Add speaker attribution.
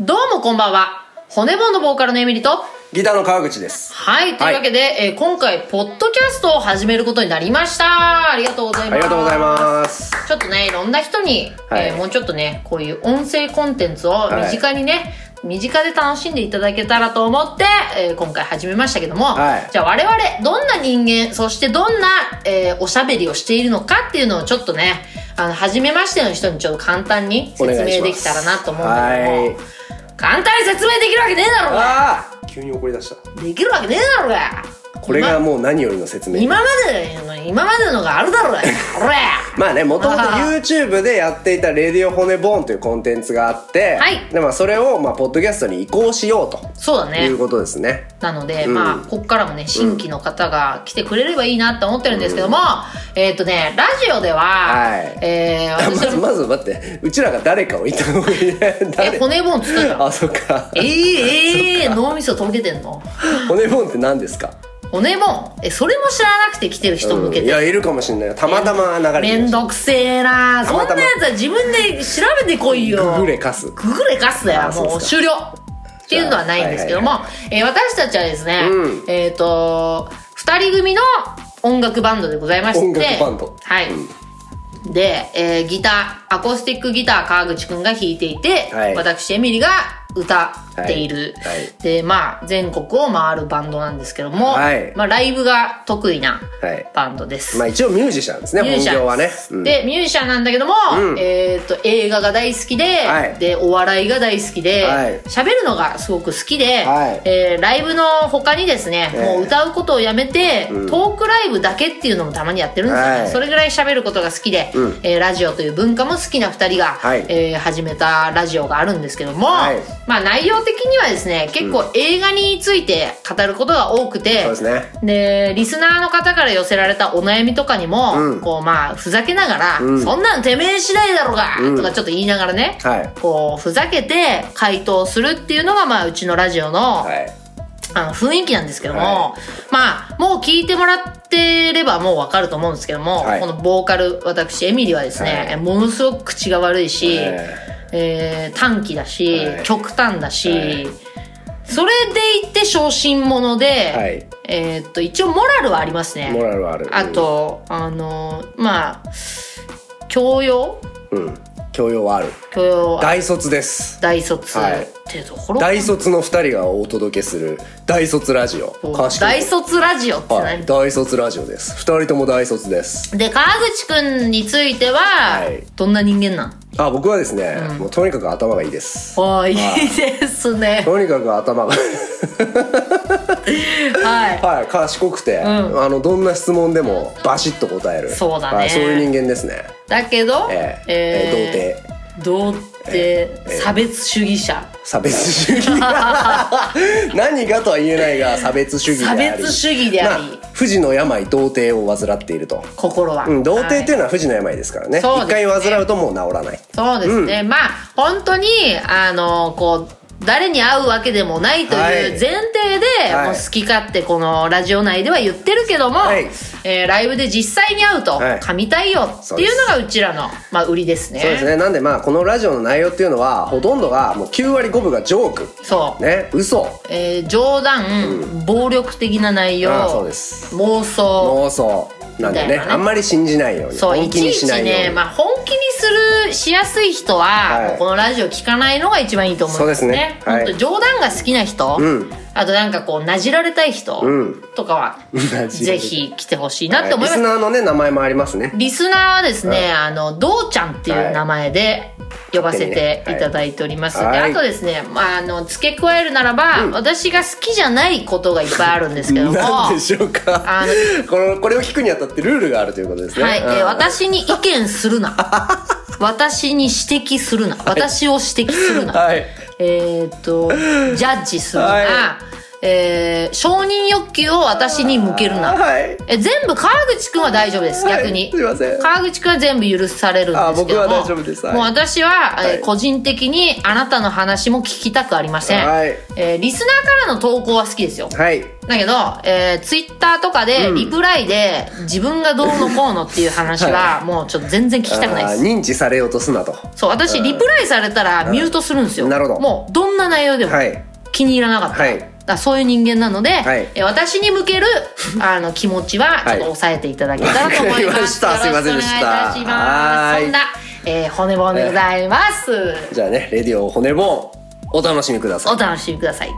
Speaker 1: どうもこんばんは。骨盆のボーカルのエミリと。
Speaker 2: ギターの川口です。
Speaker 1: はい。というわけで、えー今回、ポッドキャストを始めることになりました。ありがとうございます。
Speaker 2: ありがとうございます。
Speaker 1: ちょっとね、いろんな人に、
Speaker 2: はい
Speaker 1: えーもうちょっとね、こういう音声コンテンツを身近にね、身近で楽しんでいただけたらと思って、えー今回始めましたけども、
Speaker 2: はい
Speaker 1: じゃあ我々、どんな人間、そしてどんな、えーおしゃべりをしているのかっていうのをちょっとね、あの、初めましての人にちょっと簡単に説
Speaker 2: お願いします
Speaker 1: 明できたらなと思うんだけども
Speaker 2: はい、
Speaker 1: 簡単に説明できるわけねえだろうが
Speaker 2: ああ急に怒り出した。
Speaker 1: できるわけねえだろうが
Speaker 2: これがもう何よりの説明。
Speaker 1: 今までの今までのがあるだろう がこれ
Speaker 2: まあね、もともと
Speaker 1: あー
Speaker 2: YouTube でやっていたレディオ骨ボーンというコンテンツがあって、
Speaker 1: はい
Speaker 2: でまあそれをまあポッドキャストに移行しようと
Speaker 1: そうだね
Speaker 2: いうことですね。
Speaker 1: なので、
Speaker 2: ん
Speaker 1: まあこっからもね新規の方が来てくれればいいなって思ってるんですけども、えっ、とねラジオでは、
Speaker 2: はい
Speaker 1: えー、
Speaker 2: あま
Speaker 1: 私の
Speaker 2: ずまず待って、うちらが誰かを言った方がいいね。
Speaker 1: え
Speaker 2: 誰？
Speaker 1: 骨ボンっつったじゃん
Speaker 2: あそっか。
Speaker 1: えー、えー、脳みそとろけてんの
Speaker 2: 骨ボーンって何ですか？
Speaker 1: 骨ボンえそれも知らなくて来てる人向け
Speaker 2: うんい
Speaker 1: て、
Speaker 2: やいるかもしれないよ。たまたま流れて
Speaker 1: めんどくせえな
Speaker 2: たま
Speaker 1: そん
Speaker 2: たま
Speaker 1: なやつは自分で調べてこいよ
Speaker 2: ググれかす。
Speaker 1: ググれガスだ
Speaker 2: あ
Speaker 1: よ
Speaker 2: ーそう
Speaker 1: も
Speaker 2: で
Speaker 1: う
Speaker 2: すか
Speaker 1: 終了っていうのはないんですけども、
Speaker 2: じゃ
Speaker 1: えー私たちはですね、
Speaker 2: う
Speaker 1: えっ、と2人組の音楽バンドでございまして
Speaker 2: 音楽バンド
Speaker 1: はい、で、えーギターアコースティックギター川口くんが弾いていて、
Speaker 2: はい
Speaker 1: 私エミリが歌っている、
Speaker 2: はいはい
Speaker 1: でまあ全国を回るバンドなんですけども、
Speaker 2: はい
Speaker 1: まあ、ライブが得意な
Speaker 2: はい
Speaker 1: バンドです、
Speaker 2: まあ一応ミュージシャンですね。
Speaker 1: ミュー
Speaker 2: 本
Speaker 1: ジシャン
Speaker 2: 業はね。うん
Speaker 1: でミュージシャンなんだけども、
Speaker 2: うん
Speaker 1: えー、と映画が大好きで,、
Speaker 2: はい
Speaker 1: でお笑いが大好きで
Speaker 2: はい
Speaker 1: 喋、るのがすごく好きで、
Speaker 2: はい
Speaker 1: えーライブの他にですね、
Speaker 2: ええ
Speaker 1: もう歌うことをやめて、
Speaker 2: うん
Speaker 1: トークライブだけっていうのもたまにやってるんですよね、
Speaker 2: はい
Speaker 1: それぐらい喋ることが好きで、
Speaker 2: うん
Speaker 1: えーラジオという文化も好きな2人が、
Speaker 2: はい
Speaker 1: えー始めたラジオがあるんですけども、
Speaker 2: はい
Speaker 1: まあ内容的にはですね結構映画について語ることが多くて、
Speaker 2: そうですね。
Speaker 1: でリスナーの方から寄せられたお悩みとかにも、
Speaker 2: うん
Speaker 1: こうまあふざけながら、
Speaker 2: ん
Speaker 1: そんなんてめえ次第だろうが、
Speaker 2: うん
Speaker 1: とかちょっと言いながらね、
Speaker 2: はい。
Speaker 1: こうふざけて回答するっていうのがまあうちのラジオの,、
Speaker 2: はい。
Speaker 1: あの雰囲気なんですけども、
Speaker 2: は
Speaker 1: まあもう聞いてもらってればもうわかると思うんですけども、
Speaker 2: はい
Speaker 1: このボーカル私エミリはですね、
Speaker 2: はい
Speaker 1: ものすごく口が悪いし、
Speaker 2: え
Speaker 1: えー短気だし、
Speaker 2: はい
Speaker 1: 極端だし、
Speaker 2: はい
Speaker 1: それでいて小心者で、
Speaker 2: はい
Speaker 1: えーっと一応モラルはあります
Speaker 2: ーモ
Speaker 1: ね
Speaker 2: ラルはある。
Speaker 1: あとあのーまあ教養
Speaker 2: うん、うん。教養はある。
Speaker 1: 教養
Speaker 2: 大卒です。
Speaker 1: 大卒
Speaker 2: はい
Speaker 1: ってところ、
Speaker 2: 大卒の二人がお届けする大卒ラジオ。川島
Speaker 1: 大卒ラジオって
Speaker 2: は
Speaker 1: 何、
Speaker 2: い。大卒ラジオです。二人とも大卒です。
Speaker 1: で川口くんについては、
Speaker 2: い
Speaker 1: どんな人間なん
Speaker 2: あ、僕はですね、もうとにかく頭がいいです。
Speaker 1: おーいいです ね
Speaker 2: とにかく頭が、
Speaker 1: はい
Speaker 2: はい、賢くて、
Speaker 1: ん
Speaker 2: あの、どんな質問でもバシッと答える。
Speaker 1: そうだね
Speaker 2: はい、そういう人間ですね。
Speaker 1: だけど、
Speaker 2: えー、
Speaker 1: え
Speaker 2: えー童貞。
Speaker 1: ー童貞、差別主義者
Speaker 2: 差別 主義何がとは言えないが差別主義であり
Speaker 1: 差別主義であり
Speaker 2: まあ、富士の病童貞を患っていると、
Speaker 1: 心は、
Speaker 2: うん、童貞って
Speaker 1: はい
Speaker 2: い
Speaker 1: う
Speaker 2: のは富士の病ですからね
Speaker 1: そうで
Speaker 2: 一、
Speaker 1: すね
Speaker 2: 回患うともう治らない
Speaker 1: そうですね、まあ本当にあのこう誰に会うわけでもないという
Speaker 2: はい
Speaker 1: 前提で、
Speaker 2: はい
Speaker 1: もう好き勝手このラジオ内では言ってるけども、
Speaker 2: はい
Speaker 1: えーライブで実際に会うと
Speaker 2: はい
Speaker 1: 噛みたいよっていうのがうちらの、まあ、売りですね。
Speaker 2: そうですねなんでまあこのラジオの内容っていうのはほとんどがもう9割5分がジョーク
Speaker 1: そう
Speaker 2: ね嘘
Speaker 1: えー冗談、暴力的な内容
Speaker 2: ああそうです
Speaker 1: 妄想
Speaker 2: 妄想なんでね
Speaker 1: みたいなね
Speaker 2: あんまり信じないように
Speaker 1: そう
Speaker 2: 本
Speaker 1: い
Speaker 2: 気
Speaker 1: ち
Speaker 2: に
Speaker 1: い
Speaker 2: し
Speaker 1: ち
Speaker 2: ないように
Speaker 1: ね、まあ、本気にするしやすい人は、
Speaker 2: はい
Speaker 1: もうこのラジオ聞かないのが一番いいと思うんですね。
Speaker 2: そうですねはい
Speaker 1: 本当冗談が好きな人、
Speaker 2: ん
Speaker 1: あとなんかこうなじられたい人
Speaker 2: うん
Speaker 1: とかは、
Speaker 2: なじら
Speaker 1: ぜ
Speaker 2: れ
Speaker 1: ひ来てほしいなって思い
Speaker 2: リ
Speaker 1: ま
Speaker 2: ス
Speaker 1: す。
Speaker 2: ナーのね名前もありますね
Speaker 1: リスナーはですね、あの、どうちゃんっていう名前で呼ばせ
Speaker 2: 勝手に
Speaker 1: て
Speaker 2: ね
Speaker 1: いただいております。
Speaker 2: は
Speaker 1: で、
Speaker 2: い
Speaker 1: あとですね、まあ、あの、付け加えるならば、私が好きじゃないことがいっぱいあるんですけども、
Speaker 2: なんでしょうか
Speaker 1: あ
Speaker 2: このこれを聞くにあたってルールがあるということですね
Speaker 1: はい、えー
Speaker 2: うん
Speaker 1: 私に意見する な。私に指摘するな。私を指摘するな。
Speaker 2: はい
Speaker 1: えーっと、ジャッジするな。
Speaker 2: はい
Speaker 1: えー承認欲求を私に向けるな。
Speaker 2: はい。
Speaker 1: え全部川口くんは大丈夫です、逆
Speaker 2: は
Speaker 1: に
Speaker 2: いす。いません。
Speaker 1: 川口くんは全部許されるんですけども。
Speaker 2: あ僕は大丈夫ですはい
Speaker 1: もう私は、えー
Speaker 2: はい
Speaker 1: 個人的にあなたの話も聞きたくありません。
Speaker 2: はい。
Speaker 1: えーリスナーからの投稿は好きですよ。
Speaker 2: はい。
Speaker 1: だけど、えー、ツイッターとかで、
Speaker 2: うん
Speaker 1: リプライで、自分がどうのこうのっていう話は、もうちょっと全然聞きたくない
Speaker 2: あ
Speaker 1: で
Speaker 2: ー
Speaker 1: す。
Speaker 2: 認知されようとすなと。
Speaker 1: そう、私、リプライされたらミュートするんですよ。
Speaker 2: なるほど
Speaker 1: もう、どんな内容でも
Speaker 2: はい。
Speaker 1: 気に入らなかったら。
Speaker 2: はい
Speaker 1: だからそういう人間なので、
Speaker 2: はい
Speaker 1: えー私に向ける、あの、気持ちは、ちょっと抑えていただけたらと思います。
Speaker 2: わかりましたすいません
Speaker 1: よ
Speaker 2: でした
Speaker 1: ろしくお願いいたしま
Speaker 2: は
Speaker 1: す。
Speaker 2: ーい
Speaker 1: そんな、えー骨棒でございます。
Speaker 2: じゃあね、レディオ骨ボーン、お楽しみください
Speaker 1: お。楽しみください。